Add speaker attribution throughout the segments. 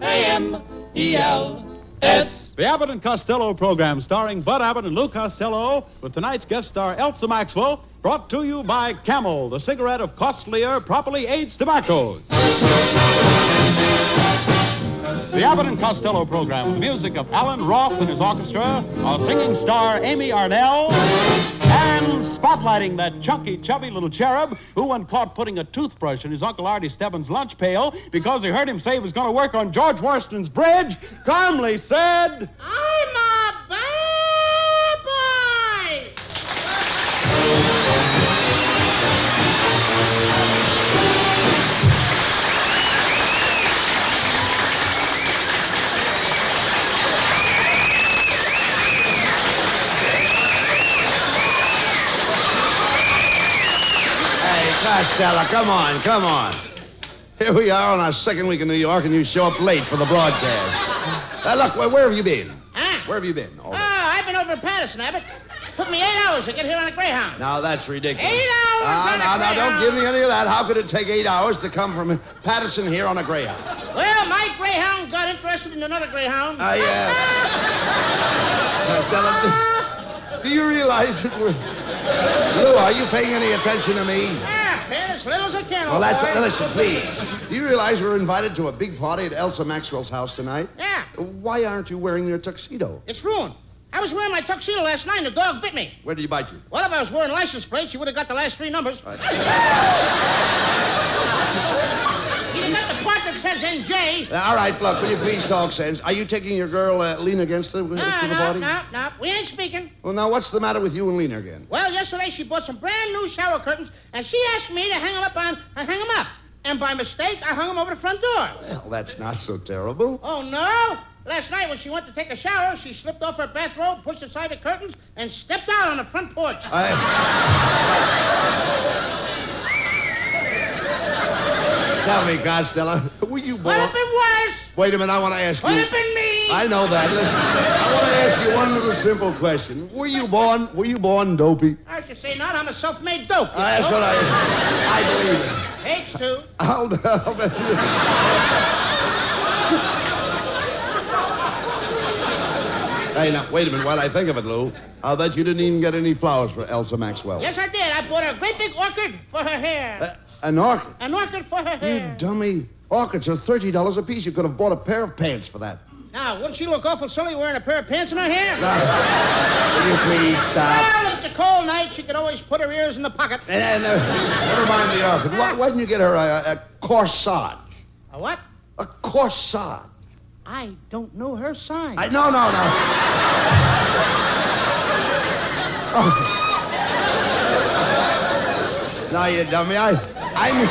Speaker 1: M E L S.
Speaker 2: The Abbott and Costello program starring Bud Abbott and Lou Costello with tonight's guest star Elsa Maxwell brought to you by Camel, the cigarette of costlier, properly aged tobaccos. The Abbott and Costello program with music of Alan Roth and his orchestra, our singing star Amy Arnell, and spotlighting that chunky, chubby little cherub who when caught putting a toothbrush in his Uncle Artie Stebbins' lunch pail because he heard him say he was going to work on George Washington's bridge, calmly said...
Speaker 3: I'm a bad boy.
Speaker 4: Hey, Costello, come on, come on. Here we are on our second week in New York, and you show up late for the broadcast. Uh, look, where, where have you been?
Speaker 3: Huh?
Speaker 4: Where have you been? Oh,
Speaker 3: Oh, I've been over to Patterson, Abbott. Took me eight hours to get here on a Greyhound.
Speaker 4: Now, that's ridiculous. Ah,
Speaker 3: Eight hours on
Speaker 4: Now,
Speaker 3: a
Speaker 4: now, now, don't
Speaker 3: Greyhound.
Speaker 4: give me any of that. How could it take eight hours to come from Patterson here on a Greyhound?
Speaker 3: Well, my Greyhound got interested in another Greyhound.
Speaker 4: I, uh... Costello, do, do you realize that we're... Lou, are you paying any attention to me?
Speaker 3: Ah, been as little as a kennel.
Speaker 4: Well, that's...
Speaker 3: boy.
Speaker 4: Now, listen, please. Do you realize we're invited to a big party at Elsa Maxwell's house tonight?
Speaker 3: Yeah,
Speaker 4: Why aren't you wearing your tuxedo?
Speaker 3: it's ruined. I was wearing my tuxedo last night and the dog bit me.
Speaker 4: Where did he bite you?
Speaker 3: Well, if I was wearing license plates, you would have got the last three numbers. You'd have got the part that says NJ.
Speaker 4: Now, Uh, all right, Bluff, will you please talk sense? Are you taking your girl, uh, Lena, against the, to the
Speaker 3: No, Ah, no,
Speaker 4: party?
Speaker 3: no, no. We ain't speaking.
Speaker 4: Well, now, what's the matter with you and Lena again?
Speaker 3: Well, yesterday she bought some brand new shower curtains, and she asked me to hang them up on, I hang them up. And by mistake, I hung them over the front door.
Speaker 4: Well, that's not so terrible.
Speaker 3: Oh, no? Last night when she went to take a shower, she slipped off her bathrobe, pushed aside the curtains, and stepped out on the front porch.
Speaker 4: I... Tell me, Costello, were you
Speaker 3: Would
Speaker 4: born...
Speaker 3: have been worse.
Speaker 4: Wait a minute, I want to ask
Speaker 3: Would
Speaker 4: you...
Speaker 3: have been me.
Speaker 4: I know that. Listen, I want to ask you one little simple question. Were you born... Were you born dopey?
Speaker 3: I should say not. I'm a self-made dope. you
Speaker 4: Uh, that's
Speaker 3: know.
Speaker 4: what I... I believe it.
Speaker 3: H2.
Speaker 4: I'll, I'll bet you. Hey, now, wait a minute. While I think of it, Lou, I'll bet you didn't even get any flowers for Elsa Maxwell.
Speaker 3: Yes, I did. I bought her a great big orchid for her hair.
Speaker 4: Uh, an orchid.
Speaker 3: An orchid for her
Speaker 4: You
Speaker 3: hair.
Speaker 4: dummy. Orchids are $30 a piece. You could have bought a pair of pants for that.
Speaker 3: Now, wouldn't she look awful silly wearing a pair of pants in her hair?
Speaker 4: Will you please stop?
Speaker 3: Well, if it's a cold night, she could always put her ears in the pocket.
Speaker 4: Eh, eh, no, never mind the orchid. Why, why didn't you get her a, a corsage?
Speaker 3: A what?
Speaker 4: A corsage.
Speaker 3: I don't know her sign.
Speaker 4: I, no, no, no. Oh. Now you dummy. I, I'm.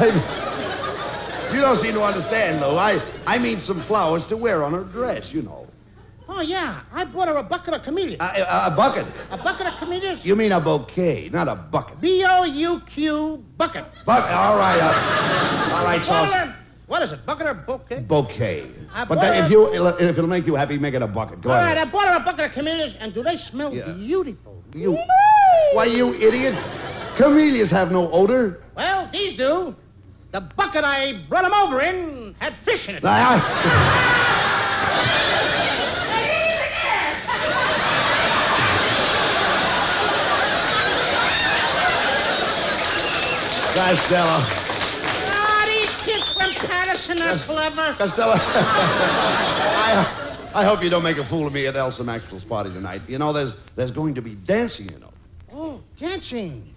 Speaker 4: I'm. You don't seem to understand, Lou. I, I mean some flowers to wear on her dress, you know.
Speaker 3: Oh, yeah. I bought her a bucket of camellias.
Speaker 4: A, Uh, a, a bucket.
Speaker 3: a bucket of camellias?
Speaker 4: You mean a bouquet, not a bucket.
Speaker 3: B-O-U-Q bucket.
Speaker 4: Bucket. All right. uh, all right,
Speaker 3: Bought
Speaker 4: so.
Speaker 3: her- What is it, bucket or bouquet?
Speaker 4: Bouquet.
Speaker 3: I
Speaker 4: But
Speaker 3: bought
Speaker 4: then
Speaker 3: her-
Speaker 4: if you if it'll make you happy, make it a bucket. Go
Speaker 3: All right,
Speaker 4: ahead.
Speaker 3: I bought her a bucket of camellias, and do they smell
Speaker 4: Yeah.
Speaker 3: beautiful?
Speaker 4: You. Why, you idiot. Camellias have no odor.
Speaker 3: Well, these do. The bucket I brought them over in had fish in it.
Speaker 4: Now, I- Costello.
Speaker 3: Ah, these kids from Patterson are clever.
Speaker 4: Costello. I, I hope you don't make a fool of me at Elsa Maxwell's party tonight. You know, there's, there's going to be dancing, you know.
Speaker 3: Oh, dancing.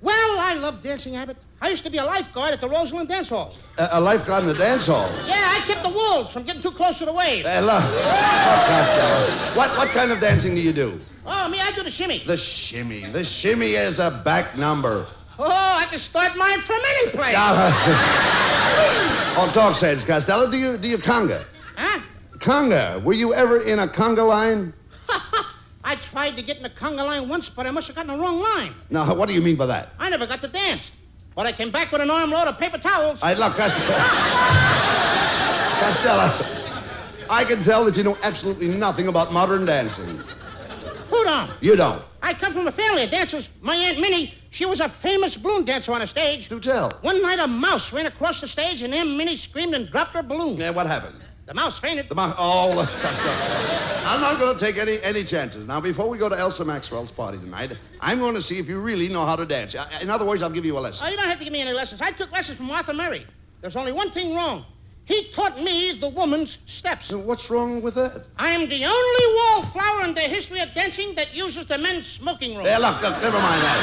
Speaker 3: Well, I love dancing, Abbott. I used to be a lifeguard at the Rosalind Dance Halls.
Speaker 4: A, a lifeguard in the dance hall.
Speaker 3: Yeah, I kept the wolves from getting too close to the waves.
Speaker 4: Hey, look. Look, Costello. What, what kind of dancing do you do?
Speaker 3: Oh, me, I do the shimmy.
Speaker 4: The shimmy. The shimmy is a back number.
Speaker 3: Oh, I can start mine from any place.
Speaker 4: Now, on talk sense, Costello, do you do you conga?
Speaker 3: Huh?
Speaker 4: Conga. Were you ever in a conga line?
Speaker 3: I tried to get in the conga line once, but I must have gotten the wrong line.
Speaker 4: Now, what do you mean by that?
Speaker 3: I never got to dance. But I came back with an armload of paper towels.
Speaker 4: I look, Costello. Costello, I can tell that you know absolutely nothing about modern dancing.
Speaker 3: Who on.
Speaker 4: You don't.
Speaker 3: I come from a family of dancers. My Aunt Minnie, She was a famous balloon dancer on a stage.
Speaker 4: Do tell.
Speaker 3: One night, a mouse ran across the stage, and then Minnie screamed and dropped her balloon.
Speaker 4: Yeah, what happened?
Speaker 3: The mouse fainted.
Speaker 4: The mouth. Oh, look, Costello. I'm not going to take any any chances. Now, before we go to Elsa Maxwell's party tonight, I'm going to see if you really know how to dance. I- In other words, I'll give you a lesson.
Speaker 3: Oh, you don't have to give me any lessons. I took lessons from Arthur Murray. There's only one thing wrong. He taught me the woman's steps.
Speaker 4: So what's wrong with that?
Speaker 3: I am the only wallflower in the history of dancing that uses the men's smoking room.
Speaker 4: Yeah, look, look, never mind that.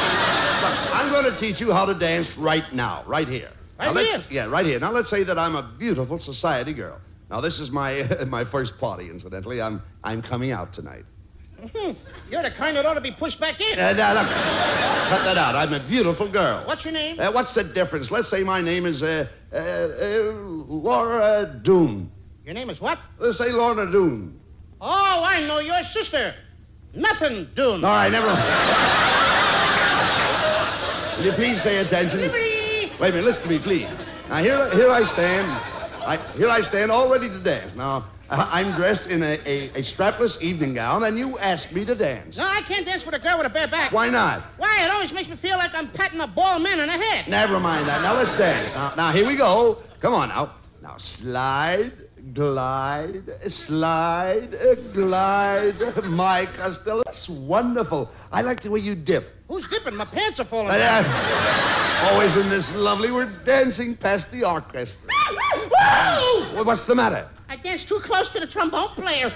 Speaker 4: Look, I'm going to teach you how to dance right now, right here.
Speaker 3: Right
Speaker 4: Now, let's-
Speaker 3: here?
Speaker 4: Yeah, right here. Now let's say that I'm a beautiful society girl. Now this is my my first party, incidentally. I'm I'm coming out tonight.
Speaker 3: Mhm. You're the kind that ought to be pushed back in.
Speaker 4: Uh, now, look, cut that out. I'm a beautiful girl.
Speaker 3: What's your name?
Speaker 4: Uh, what's the difference? Let's say my name is uh, uh, uh, Laura Doone.
Speaker 3: Your name is what?
Speaker 4: Let's say Laura Doone.
Speaker 3: Oh, I know your sister. Nothing doing.
Speaker 4: All right, never mind. Will you please pay attention?
Speaker 3: Liberty.
Speaker 4: Wait a minute, listen to me, please. Now here, here I stand. I, here I stand, all ready to dance. Now I, I'm dressed in a, a, a strapless evening gown, and you asked me to dance.
Speaker 3: No, I can't dance with a girl with a bare back.
Speaker 4: Why not?
Speaker 3: Why, it always makes me feel like I'm patting a bald man on the head.
Speaker 4: Never mind that. Now let's dance. Now, now here we go. Come on now. Now slide, glide, slide, uh, glide. My Costello, that's wonderful. I like the way you dip.
Speaker 3: Who's dipping? My pants are falling
Speaker 4: Uh,
Speaker 3: down.
Speaker 4: yeah. always in this lovely. We're dancing past the orchestra. uh,
Speaker 3: Woo!
Speaker 4: Well, What's the matter?
Speaker 3: I danced too close to the trombone player.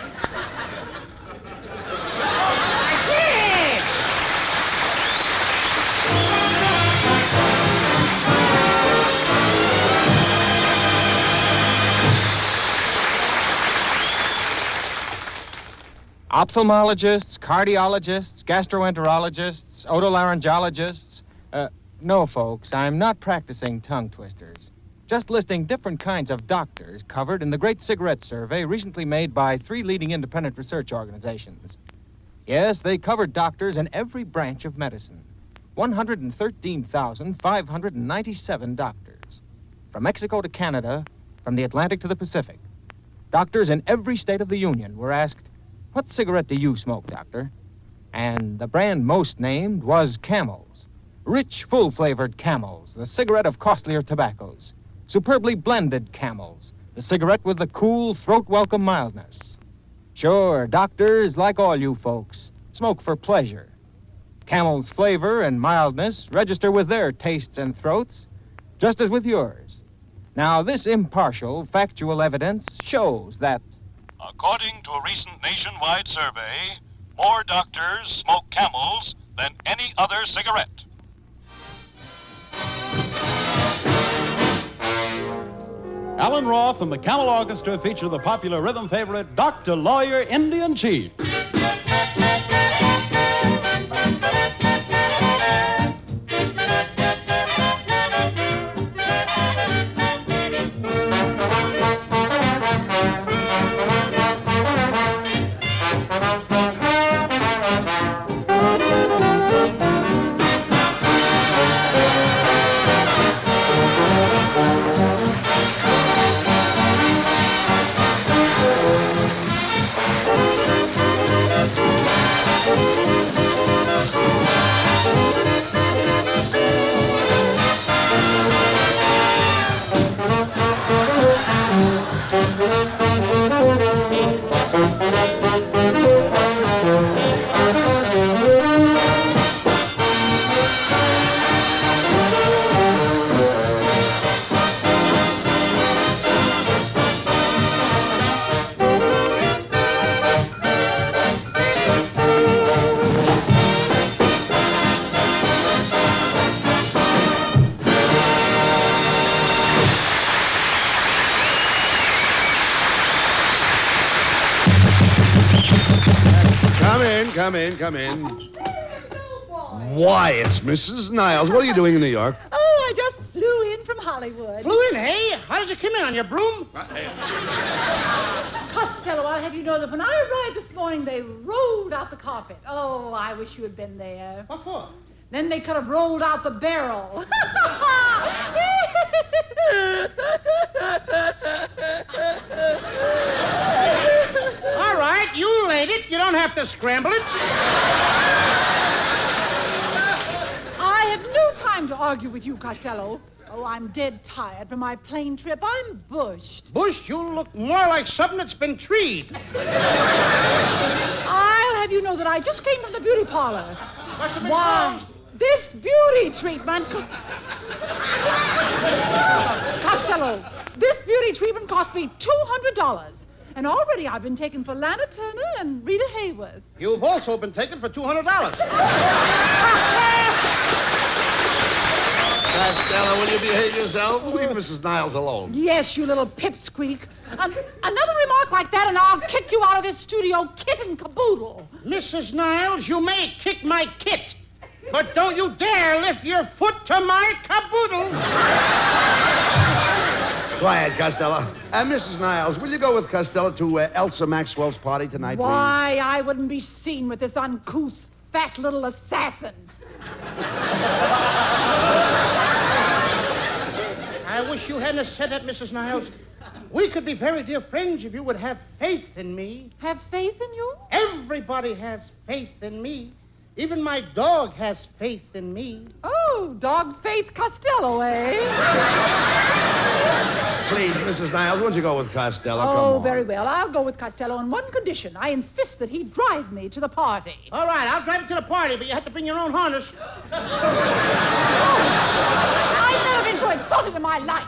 Speaker 3: I did!
Speaker 5: ophthalmologists, cardiologists, gastroenterologists, otolaryngologists. Uh, no, folks, I'm not practicing tongue twisters. Just listing different kinds of doctors covered in the Great Cigarette Survey recently made by three leading independent research organizations. Yes, they covered doctors in every branch of medicine 113,597 doctors. From Mexico to Canada, from the Atlantic to the Pacific. Doctors in every state of the Union were asked, what cigarette do you smoke, Doctor? And the brand most named was Camels. Rich, full flavored Camels, the cigarette of costlier tobaccos. Superbly blended Camels, the cigarette with the cool, throat welcome mildness. Sure, doctors, like all you folks, smoke for pleasure. Camel's flavor and mildness register with their tastes and throats, just as with yours. Now, this impartial, factual evidence shows that
Speaker 6: According to a recent nationwide survey, more doctors smoke camels than any other cigarette.
Speaker 2: Alan Roth and the Camel Orchestra feature the popular rhythm favorite, Dr. Lawyer Indian Chief.
Speaker 4: Come in, come in, come in. Why, it's Mrs. Niles. What are you doing in New York?
Speaker 7: Oh, I just flew in from Hollywood.
Speaker 3: Flew in, hey? How did you come in on your broom?
Speaker 7: Costello, I'll have you know that when I arrived this morning, they rolled out the carpet. Oh, I wish you had been there.
Speaker 3: What for?
Speaker 7: Then they could have rolled out the barrel.
Speaker 3: All right, you laid it. You don't have to scramble it.
Speaker 7: I have argue with you, Costello. Oh, I'm dead tired from my plane trip. I'm bushed.
Speaker 3: Bush, you look more like something that's been treed.
Speaker 7: I'll have you know that I just came from the beauty parlor.
Speaker 3: Must have been
Speaker 7: Why? This beauty treatment. Co- Costello, this beauty treatment cost me $200. And already I've been taken for Lana Turner and Rita Hayworth.
Speaker 3: You've also been taken for $200.
Speaker 4: Costello, will you behave yourself? Leave Mrs. Niles alone.
Speaker 7: Yes, you little pipsqueak. An- another remark like that, and I'll kick you out of this studio kit and caboodle.
Speaker 3: Mrs. Niles, you may kick my kit, but don't you dare lift your foot to my caboodle.
Speaker 4: Quiet, Costello. And Mrs. Niles, will you go with Costello to uh, Elsa Maxwell's party tonight,
Speaker 7: Why, I wouldn't be seen with this uncouth, fat little assassin.
Speaker 3: I wish you hadn't have said that, Mrs. Niles. We could be very dear friends if you would have faith in me.
Speaker 7: Have faith in you?
Speaker 3: Everybody has faith in me. Even my dog has faith in me.
Speaker 7: Oh, dog faith Costello, eh?
Speaker 4: please? Please, Mrs. Niles, won't you go with Costello? Come
Speaker 7: Oh,
Speaker 4: on.
Speaker 7: very well. I'll go with Costello on one condition. I insist that he drive me to the party.
Speaker 3: All right, I'll drive you to the party, but you have to bring your own harness.
Speaker 7: I've never been so insulted in my life.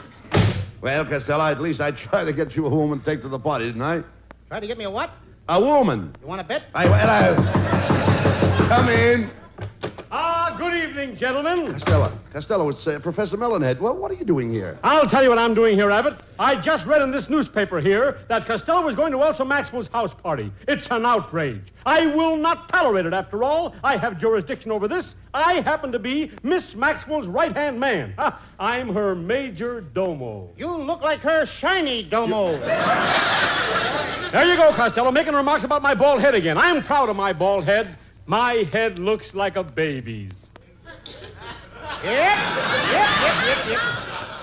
Speaker 4: Well, Costello, at least I tried to get you a woman to take to the party, didn't I?
Speaker 3: Try to get me a what?
Speaker 4: A woman.
Speaker 3: You want to bet?
Speaker 4: I, well, I... Come in.
Speaker 8: Ah, good evening, gentlemen.
Speaker 4: Costello. Costello, it's uh, Professor Melonhead. Well, what are you doing here?
Speaker 8: I'll tell you what I'm doing here, Abbott. I just read in this newspaper here that Costello was going to Elsa Maxwell's house party. It's an outrage. I will not tolerate it, after all. I have jurisdiction over this. I happen to be Miss Maxwell's right hand man. Ha, I'm her major domo.
Speaker 3: You look like her shiny domo.
Speaker 8: There you go, Costello, making remarks about my bald head again. I'm proud of my bald head. My head looks like a baby's.
Speaker 3: Yep, yep, yep, yep, yep.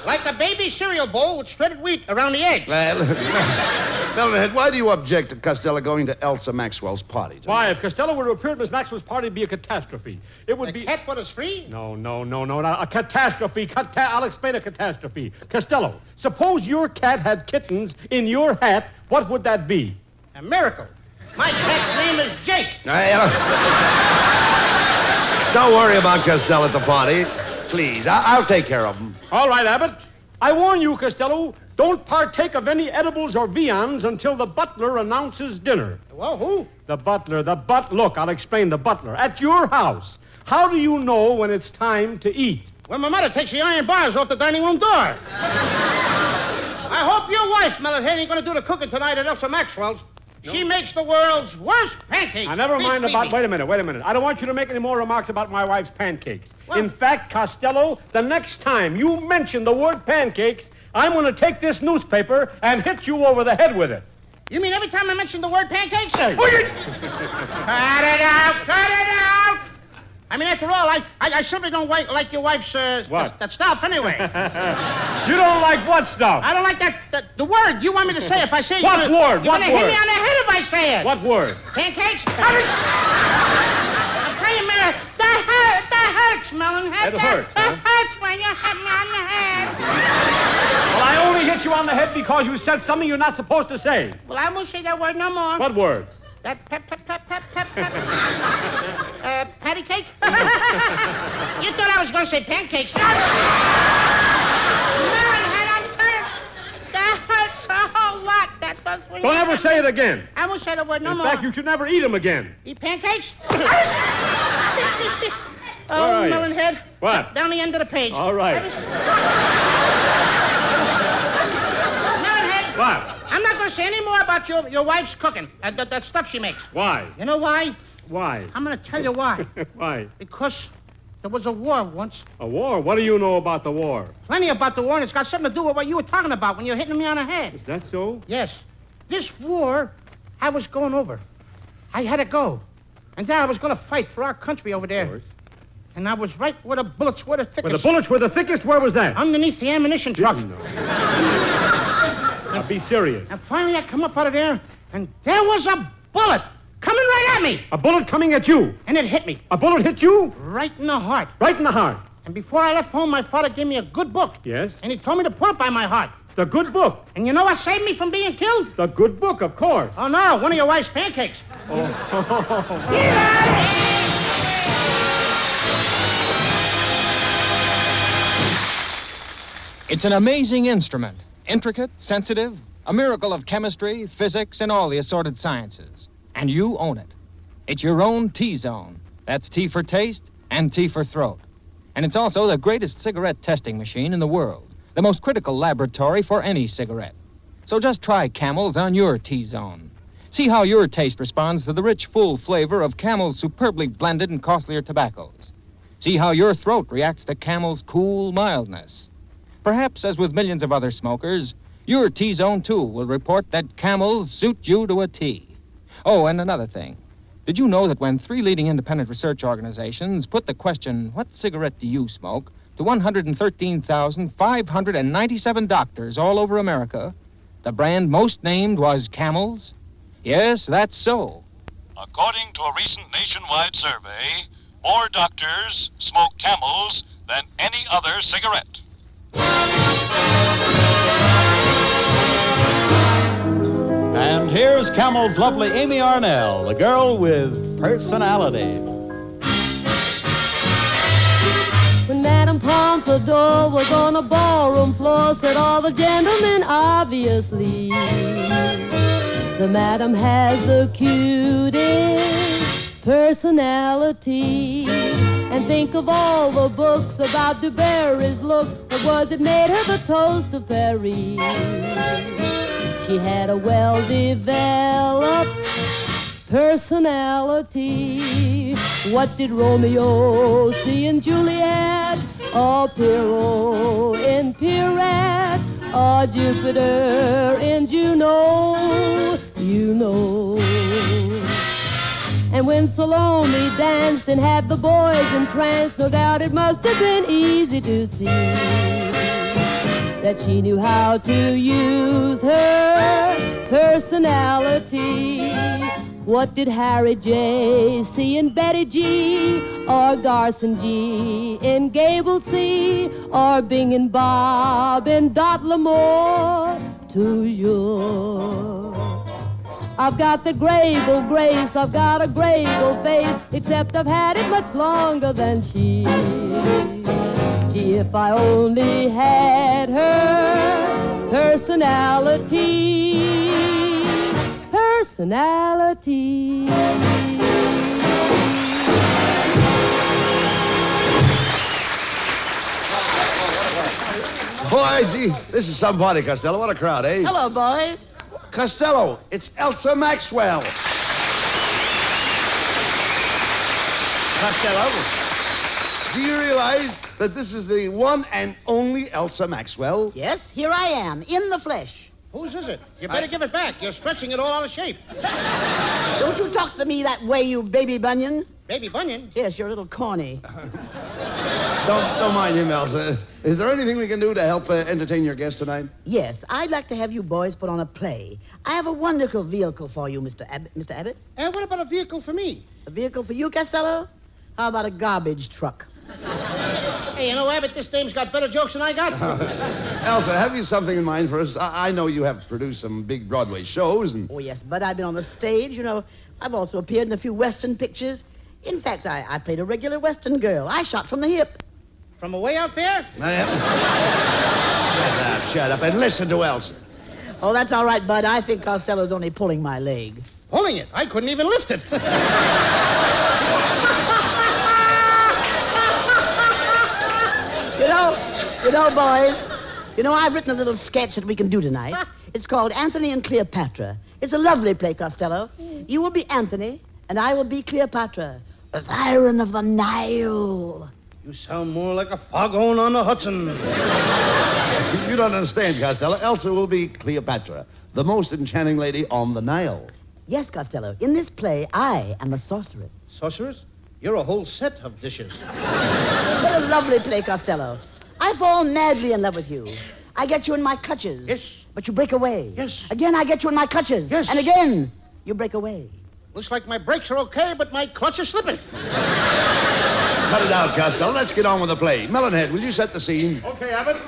Speaker 3: Like a baby cereal bowl with shredded wheat around the edge.
Speaker 4: Well, Melonhead, why do you object to Costello going to Elsa Maxwell's party? tonight?
Speaker 8: Why, if Costello were to appear at Miss Maxwell's party, it'd be a catastrophe. It would
Speaker 3: The
Speaker 8: be.
Speaker 3: cat foot is free?
Speaker 8: No, no, no, no, no. A catastrophe. Cata- I'll explain a catastrophe. Costello, suppose your cat had kittens in your hat. What would that be?
Speaker 3: A miracle. My cat's name is Jake.
Speaker 4: Hey, uh, don't worry about Costello at the party. Please, I- I'll take care of him.
Speaker 8: All right, Abbott. I warn you, Costello, don't partake of any edibles or viands until the butler announces dinner.
Speaker 3: Well, who?
Speaker 8: The butler, the but. Look, I'll explain the butler. At your house, how do you know when it's time to eat?
Speaker 3: Well, my mother takes the iron bars off the dining room door. I hope your wife, Melonhead, ain't going to do the cooking tonight at Elsa Maxwell's. She makes the world's worst pancakes.
Speaker 8: Now, Ah, never
Speaker 3: Beep,
Speaker 8: mind
Speaker 3: beep,
Speaker 8: about.
Speaker 3: beep.
Speaker 8: Wait a minute, wait a minute. I don't want you to make any more remarks about my wife's pancakes.
Speaker 3: What?
Speaker 8: In fact, Costello, the next time you mention the word pancakes, I'm going to take this newspaper and hit you over the head with it.
Speaker 3: You mean every time I mention the word pancakes? Sir? cut it out! Cut it out! I mean, after all, I, I, I simply don't like, like your wife's uh,
Speaker 8: What?
Speaker 3: That, that stuff anyway.
Speaker 8: You don't like what stuff?
Speaker 3: I don't like that, that the word you want me to say. If I say it,
Speaker 8: What
Speaker 3: you're
Speaker 8: word?
Speaker 3: You're
Speaker 8: What
Speaker 3: gonna hit
Speaker 8: word?
Speaker 3: me on the head if I say it.
Speaker 8: What word?
Speaker 3: Pancakes? Cut it! I'm telling you, man, that hurt, that hurts, Melonhead.
Speaker 8: That hurts,
Speaker 3: That
Speaker 8: huh?
Speaker 3: hurts when you hit me on the head.
Speaker 8: Well, I only hit you on the head because you said something you're not supposed to say.
Speaker 3: Well, I won't say that word no more.
Speaker 8: What word?
Speaker 3: That pep, pep, pep, pep, pep, pep. uh, patty cake? you thought I was going to say pancakes. No, Marinhead, I'm tired. That hurts a whole lot. That's what we
Speaker 8: Don't ever say it again.
Speaker 3: I won't say the word no
Speaker 8: In
Speaker 3: more.
Speaker 8: fact, you should never eat them again.
Speaker 3: Eat pancakes? oh,
Speaker 8: are you?
Speaker 3: Melonhead.
Speaker 8: What?
Speaker 3: Down the end of the page.
Speaker 8: All right.
Speaker 3: Melonhead,
Speaker 8: What?
Speaker 3: I'm not going to say any more about your, your wife's cooking, uh, that, that stuff she makes.
Speaker 8: Why?
Speaker 3: You know why?
Speaker 8: Why?
Speaker 3: I'm going to tell you why.
Speaker 8: Why?
Speaker 3: Because there was a war once.
Speaker 8: A war? What do you know about the war?
Speaker 3: Plenty about the war, and it's got something to do with what you were talking about when you were hitting me on the head.
Speaker 8: Is that so?
Speaker 3: Yes. This war, I was going over. I had to go. And then I was going to fight for our country over there.
Speaker 8: course.
Speaker 3: And I was right where the bullets were the thickest.
Speaker 8: Where the bullets were the thickest, where was that?
Speaker 3: Underneath the ammunition truck.
Speaker 8: Now, be serious.
Speaker 3: And finally, I come up out of there, and there was a bullet coming right at me.
Speaker 8: A bullet coming at you.
Speaker 3: And it hit me
Speaker 8: A bullet hit you
Speaker 3: right in the heart.
Speaker 8: right in the heart.
Speaker 3: And before I left home, my father gave me a good book.
Speaker 8: Yes?
Speaker 3: And he told me to put it by my heart.
Speaker 8: The good book.
Speaker 3: And you know what saved me from being killed?
Speaker 8: The good book, of course.
Speaker 3: Oh, no, one of your wife's pancakes.
Speaker 8: Oh.
Speaker 5: It's an amazing instrument, intricate, sensitive, a miracle of chemistry, physics, and all the assorted sciences. And you own it. It's your own T zone. That's T for taste and T for throat. And it's also the greatest cigarette testing machine in the world, the most critical laboratory for any cigarette. So just try Camels on your T zone. See how your taste responds to the rich, full flavor of Camel's superbly blended and costlier tobaccos. See how your throat reacts to Camel's cool mildness. Perhaps, as with millions of other smokers, your T Zone, too, will report that camels suit you to a T. Oh, and another thing. Did you know that when three leading independent research organizations put the question, What cigarette do you smoke? to 113,597 doctors all over America, the brand most named was Camels? Yes, that's so.
Speaker 6: According to a recent nationwide survey, more doctors smoke camels than any other cigarette.
Speaker 2: And here's Camel's lovely Amy Arnell, the girl with personality.
Speaker 9: When Madame Pompadour was on a ballroom floor, said all the gentlemen, obviously. The madam has the cutest personality. And think of all the books about Du Barry's looks. What was it made her the toast of Paris? She had a well-developed personality. What did Romeo see in Juliet? Or Pyrrho in Pyrrhat? Or Jupiter in Juno? You know. And when Salome danced and had the boys entranced, no doubt it must have been easy to see that she knew how to use her personality. What did Harry J. see in Betty G? Or Garson G. in Gable C? Or Bing and Bob in Dot Lamore? To you. I've got the grave old grace, I've got a grave old face, except I've had it much longer than she. Gee, if I only had her personality, personality.
Speaker 4: Boy, gee, this is somebody, Costello. What a crowd, eh?
Speaker 9: Hello, boys.
Speaker 4: Costello, it's Elsa Maxwell. Costello, do you realize that this is the one and only Elsa Maxwell?
Speaker 10: Yes, here I am, in the flesh.
Speaker 3: Whose is it? You better give it back. You're stretching it all out of shape.
Speaker 10: Don't you talk to me that way, you baby bunion.
Speaker 3: Baby Bunyan.
Speaker 10: Yes, you're a little corny.
Speaker 4: Don't, don't mind him, Elsa. Is there anything we can do to help uh, entertain your guest tonight?
Speaker 10: Yes, I'd like to have you boys put on a play. I have a wonderful vehicle for you, Mr. Abbott. Mr. Abbott?
Speaker 3: And Uh, what about a vehicle for me?
Speaker 10: A vehicle for you, Costello? How about a garbage truck?
Speaker 3: Hey, you know, Abbott, this dame's got better jokes than I got.
Speaker 4: Elsa, have you something in mind for us? I, I know you have produced some big Broadway shows, and
Speaker 10: Oh, yes, but I've been on the stage, you know. I've also appeared in a few Western pictures. In fact, I, I played a regular Western girl. I shot from the hip.
Speaker 3: From away out there?
Speaker 4: shut up, uh, shut up, and listen to Elsa.
Speaker 10: Oh, that's all right, Bud. I think Costello's only pulling my leg.
Speaker 3: Pulling it. I couldn't even lift it.
Speaker 10: You know, you know, boys, you know, I've written a little sketch that we can do tonight. It's called Anthony and Cleopatra. It's a lovely play, Costello. You will be Anthony, and I will be Cleopatra, a siren of the Nile.
Speaker 3: you sound more like a foghorn on the Hudson.
Speaker 4: You don't understand, Costello. Elsa will be Cleopatra, the most enchanting lady on the Nile.
Speaker 10: Yes, Costello, in this play, I am a sorceress.
Speaker 3: Sorceress? You're a whole set of dishes.
Speaker 10: What a lovely play, Costello. I fall madly in love with you. I get you in my clutches.
Speaker 3: Yes.
Speaker 10: But you break away.
Speaker 3: Yes.
Speaker 10: Again, I get you in my clutches.
Speaker 3: Yes.
Speaker 10: And again, you break away.
Speaker 3: Looks like my brakes are okay, but my clutch is slipping.
Speaker 4: Cut it out, Costello. Let's get on with the play. Melonhead, will you set the scene?
Speaker 8: Okay, Abbott.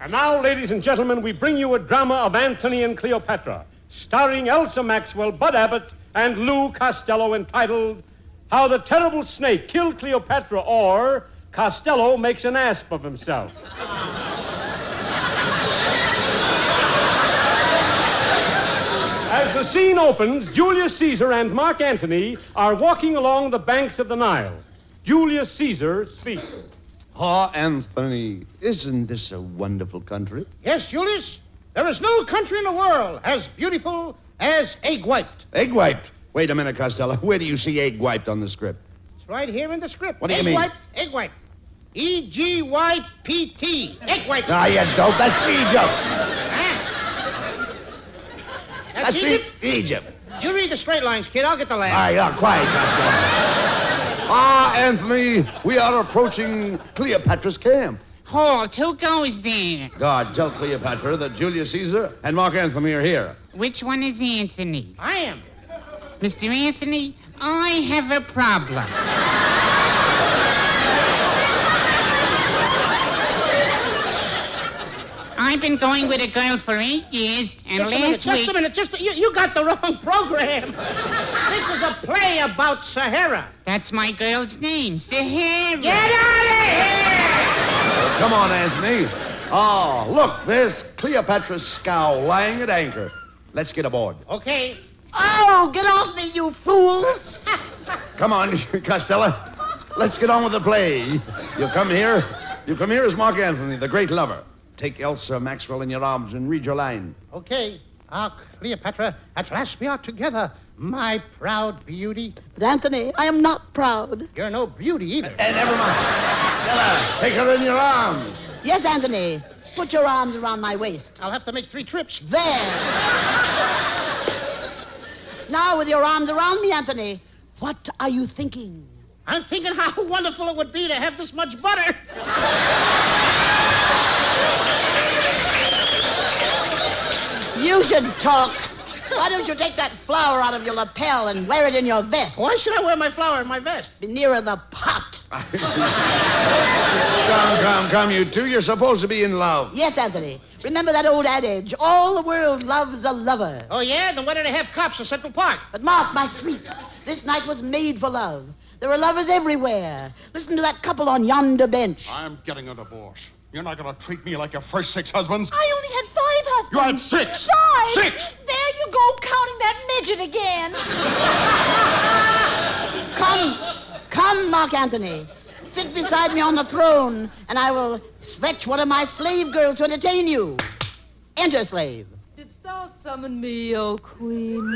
Speaker 8: And now, ladies and gentlemen, we bring you a drama of Antony and Cleopatra, starring Elsa Maxwell, Bud Abbott, and Lou Costello, entitled How the Terrible Snake Killed Cleopatra or Costello Makes an Asp of Himself. As the scene opens, Julius Caesar and Mark Antony are walking along the banks of the Nile. Julius Caesar speaks.
Speaker 4: Ah, Anthony, isn't this a wonderful country?
Speaker 3: Yes, Julius? There is no country in the world as beautiful as egg white.
Speaker 4: Egg wiped. Wait a minute, Costello. Where do you see egg wiped on the script?
Speaker 3: It's right here in the script.
Speaker 4: What do you
Speaker 3: egg
Speaker 4: mean?
Speaker 3: White, egg white. E G Y P T. Egg white.
Speaker 4: Ah, you dope. That's Egypt.
Speaker 3: That's,
Speaker 4: E-
Speaker 3: Egypt.
Speaker 4: Egypt. uh,
Speaker 3: You read the straight lines, kid. I'll get the
Speaker 4: All
Speaker 3: last.
Speaker 4: right, now, Ah, quiet, Costello. Ah, Anthony, we are approaching Cleopatra's camp.
Speaker 3: Oh,
Speaker 11: Hold, who goes there?
Speaker 4: God, tell Cleopatra that Julius Caesar and Mark Anthony are here.
Speaker 11: Which one is Anthony?
Speaker 3: I am.
Speaker 11: Mr. Anthony, I have a problem. I've been going with a girl for eight years, and
Speaker 3: just a
Speaker 11: last
Speaker 3: minute,
Speaker 11: week.
Speaker 3: Just a minute. Just a, you, you got the wrong program. this is a play about Sahara.
Speaker 11: That's my girl's name, Sahara.
Speaker 3: Get
Speaker 4: Come on, Anthony. Oh, look, there's Cleopatra's scow lying at anchor. Let's get aboard.
Speaker 3: Okay.
Speaker 10: Oh, get off me, you fools!
Speaker 4: Come on, Costello. Let's get on with the play. You come here. You come here as Mark Anthony, the great lover. Take Elsa Maxwell in your arms and read your line.
Speaker 3: Okay. Ah, Cleopatra, at last we are together. My proud beauty.
Speaker 10: But, Anthony, I am not proud.
Speaker 3: You're no beauty either.
Speaker 4: never mind. Take her in your arms.
Speaker 10: Yes, Anthony. Put your arms around my waist.
Speaker 3: I'll have to make three trips.
Speaker 10: There. now, with your arms around me, Anthony, what are you thinking?
Speaker 3: I'm thinking how wonderful it would be to have this much butter.
Speaker 10: You should talk. Why don't you take that flower out of your lapel and wear it in your vest?
Speaker 3: Why should I wear my flower in my vest?
Speaker 10: Be nearer the pot.
Speaker 4: Come, come, come, you two. You're supposed to be in love.
Speaker 10: Yes, Anthony. Remember that old adage, all the world loves a lover.
Speaker 3: Oh, yeah? Then why do they have cops in Central Park?
Speaker 10: But Mark, my sweet, this night was made for love. There are lovers everywhere. Listen to that couple on yonder bench.
Speaker 2: I'm getting a divorce. You're not going to treat me like your first six husbands.
Speaker 12: I only had five husbands.
Speaker 2: You had six.
Speaker 12: Five.
Speaker 2: Six.
Speaker 12: There you go, counting that midget again.
Speaker 10: Come, come, Mark Antony. Sit beside me on the throne, and I will stretch one of my slave girls to entertain you. Enter, slave.
Speaker 12: Didst thou summon me, O queen?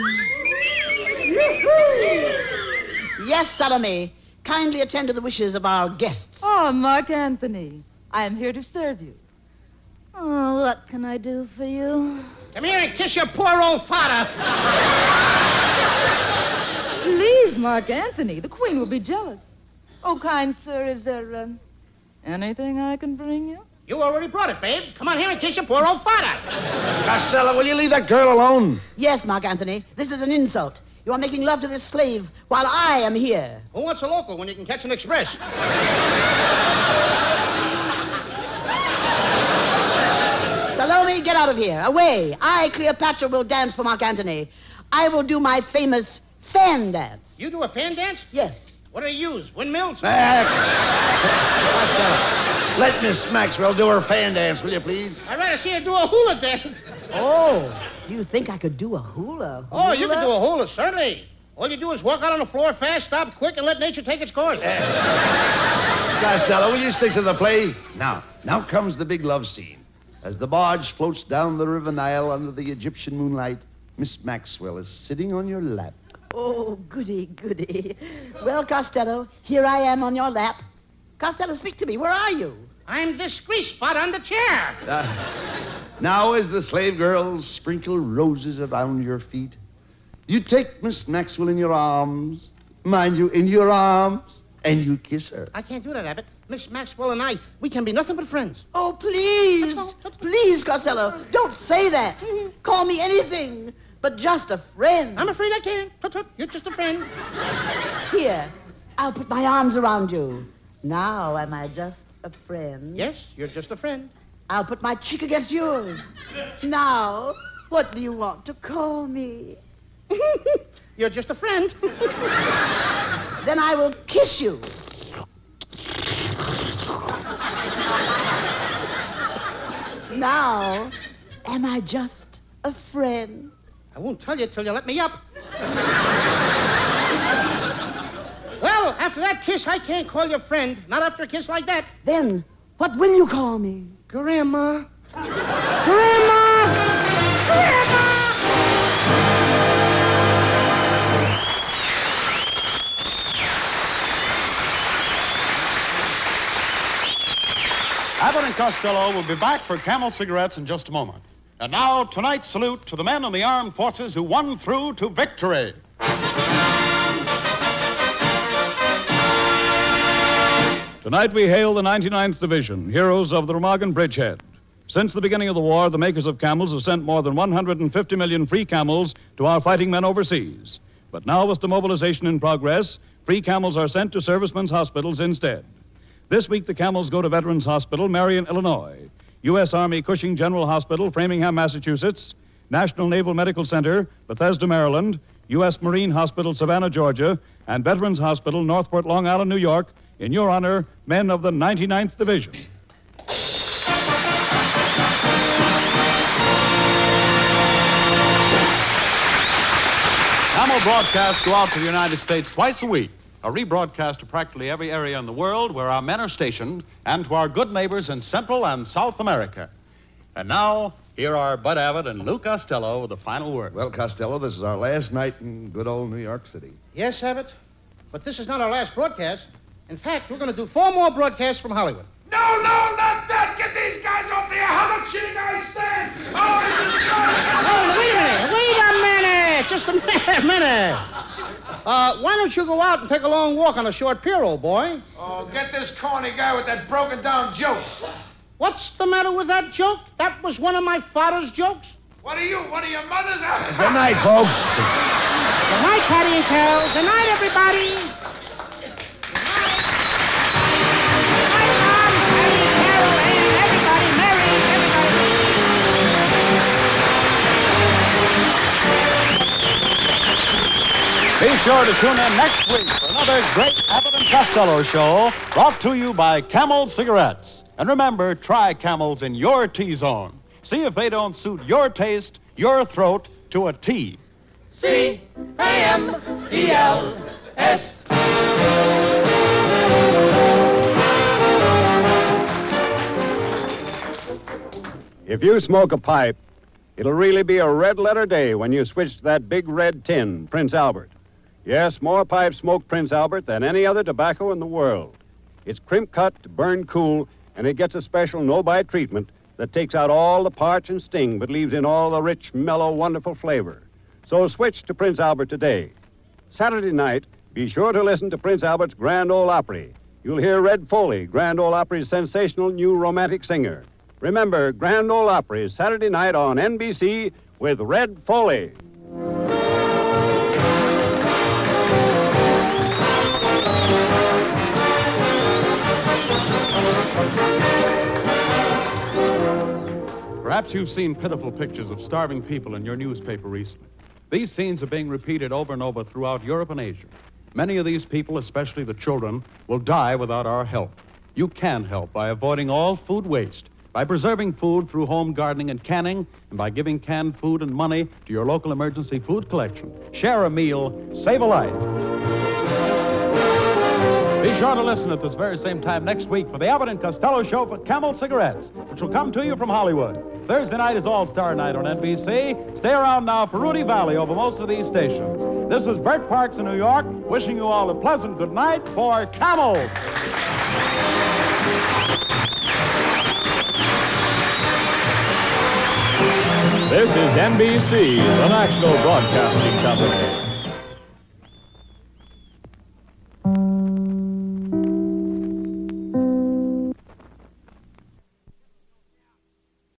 Speaker 10: Yes, Salome. Kindly attend to the wishes of our guests.
Speaker 12: Ah, Mark Antony, I am here to serve you. Oh, what can I do for you?
Speaker 3: Come here and kiss your poor old father.
Speaker 12: Please, Mark Antony, the queen will be jealous. Oh, kind sir, is there um, anything I can bring you?
Speaker 3: You already brought it, babe. Come on here and kiss your poor old father.
Speaker 4: Costello, will you leave that girl alone?
Speaker 10: Yes, Mark Antony, this is an insult. You are making love to this slave while I am here.
Speaker 3: Who wants a local when you can catch an express?
Speaker 10: Salome, get out of here. Away. I, Cleopatra, will dance for Mark Antony. I will do my famous fan dance.
Speaker 3: You do a fan dance?
Speaker 10: Yes.
Speaker 3: What do they use? Windmills?
Speaker 4: Let Miss Maxwell do her fan dance, will you, please?
Speaker 3: I'd rather see her do a hula dance.
Speaker 10: Oh, do you think I could do a hula?
Speaker 3: Oh, you can do a hula, certainly. All you do is walk out on the floor fast, stop quick, and let nature take its course.
Speaker 4: Costello, will you stick to the play? Now, now comes the big love scene. As the barge floats down the River Nile under the Egyptian moonlight, Miss Maxwell is sitting on your lap.
Speaker 10: Oh, goody, goody. Well, Costello, here I am on your lap. Costello, speak to me. Where are you?
Speaker 3: I'm this grease spot on the chair.
Speaker 13: Ah.
Speaker 4: Now, as the slave girls sprinkle roses around your feet, you take Miss Maxwell in your arms, mind you, in your arms, and you kiss her.
Speaker 3: I can't do that, Abbott. Miss Maxwell and I, we can be nothing but friends.
Speaker 10: Oh, please. Please, Costello, don't say that. Call me anything but just a friend.
Speaker 3: I'm afraid I can't. Tut, tut, You're just a friend.
Speaker 10: Here, I'll put my arms around you. Now am I just a friend?
Speaker 3: Yes, you're just a friend.
Speaker 10: I'll put my cheek against yours. Now, what do you want to call me?
Speaker 3: You're just a friend.
Speaker 10: then I will kiss you. now, am I just a friend?
Speaker 3: I won't tell you till you let me up. well, after that kiss, I can't call you friend. Not after a kiss like that.
Speaker 10: Then, what will you call me?
Speaker 3: Grandma.
Speaker 10: Grandma!
Speaker 2: Abbott and Costello will be back for Camel cigarettes in just a moment. And now, tonight's salute to the men in the armed forces who won through to victory.
Speaker 14: Tonight we hail the 99th Division, heroes of the Remagen Bridgehead. Since the beginning of the war, the makers of camels have sent more than 150 million free camels to our fighting men overseas. But now, with the mobilization in progress, free camels are sent to servicemen's hospitals instead. This week, the camels go to Veterans Hospital, Marion, Illinois, U.S. Army Cushing General Hospital, Framingham, Massachusetts, National Naval Medical Center, Bethesda, Maryland, U.S. Marine Hospital, Savannah, Georgia, and Veterans Hospital, Northport, Long Island, New York, in your honor, men of the 99th Division.
Speaker 2: Camel broadcasts go out to the United States twice a week, a rebroadcast to practically every area in the world where our men are stationed, and to our good neighbors in Central and South America. And now, here are Bud Abbott and Lou Costello with the final word.
Speaker 4: Well, Costello, this is our last night in good old New York City.
Speaker 3: Yes, Abbott. But this is not our last broadcast. In fact, we're going to do four more broadcasts from Hollywood.
Speaker 13: No, no, not that! Get these guys off the air! How much cheating I stand! Oh, this is
Speaker 3: Oh, wait a minute. Wait a minute. Just a minute. minute. Uh, why don't you go out and take a long walk on a short pier, old boy?
Speaker 13: Oh, get this corny guy with that broken down joke.
Speaker 3: What's the matter with that joke? That was one of my father's jokes.
Speaker 13: What are you? One of your mothers?
Speaker 4: Good night, folks.
Speaker 3: Good night, Patty and Carol. Good night, everybody.
Speaker 2: Be sure to tune in next week for another great Abbott and Costello show brought to you by Camel Cigarettes. And remember, try Camels in your T zone. See if they don't suit your taste, your throat, to a T.
Speaker 1: C A M E L S.
Speaker 15: If you smoke a pipe, it'll really be a red letter day when you switch to that big red tin, Prince Albert. Yes, more pipes smoke Prince Albert than any other tobacco in the world. It's crimp cut to burn cool, and it gets a special no bite treatment that takes out all the parch and sting but leaves in all the rich, mellow, wonderful flavor. So switch to Prince Albert today. Saturday night, be sure to listen to Prince Albert's Grand Ole Opry. You'll hear Red Foley, Grand Ole Opry's sensational new romantic singer. Remember, Grand Ole Opry, Saturday night on NBC with Red Foley.
Speaker 2: Perhaps you've seen pitiful pictures of starving people in your newspaper recently. These scenes are being repeated over and over throughout Europe and Asia. Many of these people, especially the children, will die without our help. You can help by avoiding all food waste, by preserving food through home gardening and canning, and by giving canned food and money to your local emergency food collection. Share a meal, save a life. Be sure to listen at this very same time next week for the Abbott and Costello Show for Camel Cigarettes, which will come to you from Hollywood. Thursday night is All Star Night on NBC. Stay around now for Rudy Valley over most of these stations. This is Bert Parks in New York, wishing you all a pleasant good night for Camel.
Speaker 16: This is NBC, the national broadcasting company.